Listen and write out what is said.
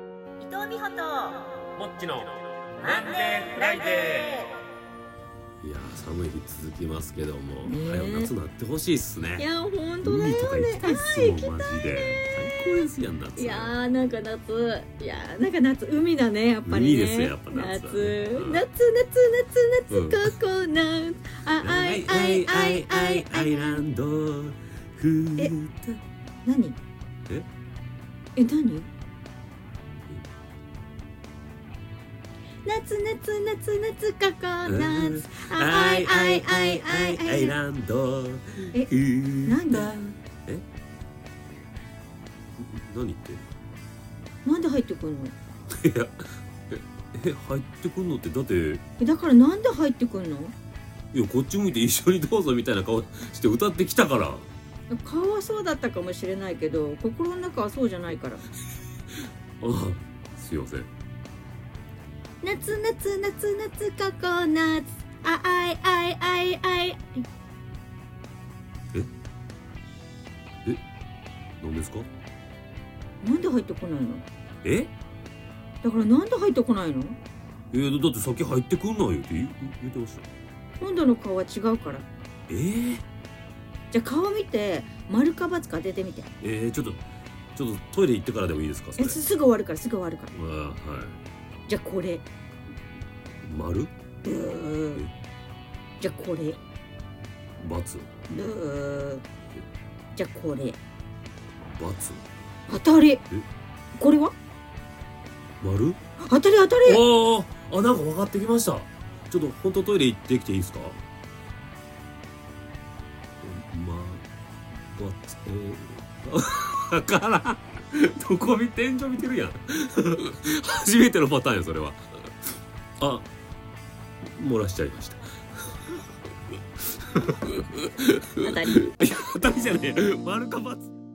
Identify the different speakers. Speaker 1: 藤美穂と
Speaker 2: もっちの
Speaker 1: マンデーフライデ
Speaker 3: いやー寒い日続きますけども、
Speaker 4: ね
Speaker 3: 早く夏なってほしいっすね
Speaker 4: いや本当だ
Speaker 3: 海と
Speaker 4: よ
Speaker 3: か行きたい
Speaker 4: ね
Speaker 3: っす
Speaker 4: あ
Speaker 3: も
Speaker 4: ー
Speaker 3: ん
Speaker 4: 行き
Speaker 3: マジで最高ですやん夏
Speaker 4: いやーなんか夏いやーなんか夏海だねやっぱりね
Speaker 3: 海ですよやっぱ夏は
Speaker 4: 夏
Speaker 3: うん
Speaker 4: 夏夏夏夏
Speaker 3: うん
Speaker 4: ココナッツあ
Speaker 3: ア
Speaker 4: あ
Speaker 3: イ
Speaker 4: い
Speaker 3: ア
Speaker 4: あ
Speaker 3: イ
Speaker 4: い
Speaker 3: ア
Speaker 4: あ
Speaker 3: イ
Speaker 4: い
Speaker 3: ア
Speaker 4: あ
Speaker 3: イ
Speaker 4: い
Speaker 3: ア
Speaker 4: あ
Speaker 3: イ
Speaker 4: い
Speaker 3: ランドふ
Speaker 4: え
Speaker 3: ーた
Speaker 4: 何
Speaker 3: え
Speaker 4: え何夏夏夏夏ココナッツあ
Speaker 3: ア
Speaker 4: あ
Speaker 3: イ
Speaker 4: い
Speaker 3: ア
Speaker 4: あ
Speaker 3: イ
Speaker 4: い
Speaker 3: ア
Speaker 4: あ
Speaker 3: イ
Speaker 4: い
Speaker 3: ア
Speaker 4: あ
Speaker 3: イ
Speaker 4: い
Speaker 3: ア
Speaker 4: あ
Speaker 3: イ
Speaker 4: い
Speaker 3: ランドふ
Speaker 4: え
Speaker 3: ーた
Speaker 4: 何
Speaker 3: え何言って
Speaker 4: なんで入ってくんの
Speaker 3: いやええ入ってくんのってだってい
Speaker 4: えだからなんで入ってくんの
Speaker 3: やこっち向いて一緒にどうぞみたいな顔して歌ってきたから
Speaker 4: 顔はそうだったかもしれないけど心の中はそうじゃないから
Speaker 3: ああすいません
Speaker 4: 夏夏夏夏ココナッツああいあいあいあい
Speaker 3: 何ですか
Speaker 4: なんで入ってこないの
Speaker 3: え
Speaker 4: だからなんで入ってこないの
Speaker 3: えー、だって先入ってくんないよって言う言ってました
Speaker 4: 今度の顔は違うから
Speaker 3: えー、
Speaker 4: じゃあ顔見て丸か×か当ててみて
Speaker 3: えー、ちょっとちょっとトイレ行ってからでもいいですかそ
Speaker 4: え
Speaker 3: れ
Speaker 4: すすぐ終わるからすぐ終わるから
Speaker 3: あーはい
Speaker 4: じゃあこれ
Speaker 3: 丸
Speaker 4: ブーじゃあこれ
Speaker 3: バツ
Speaker 4: ブーじゃあこれ
Speaker 3: バツ
Speaker 4: 当たりこれは
Speaker 3: 丸
Speaker 4: 当たり当たり
Speaker 3: あーあなんか分かってきましたちょっと本当トイレ行ってきていいですかまバツえー、 分からんどこ見天井見てるやん初めてのパターンやそれはあ漏らしちゃいました
Speaker 4: 当たり
Speaker 3: 当たりじゃねえ丸か×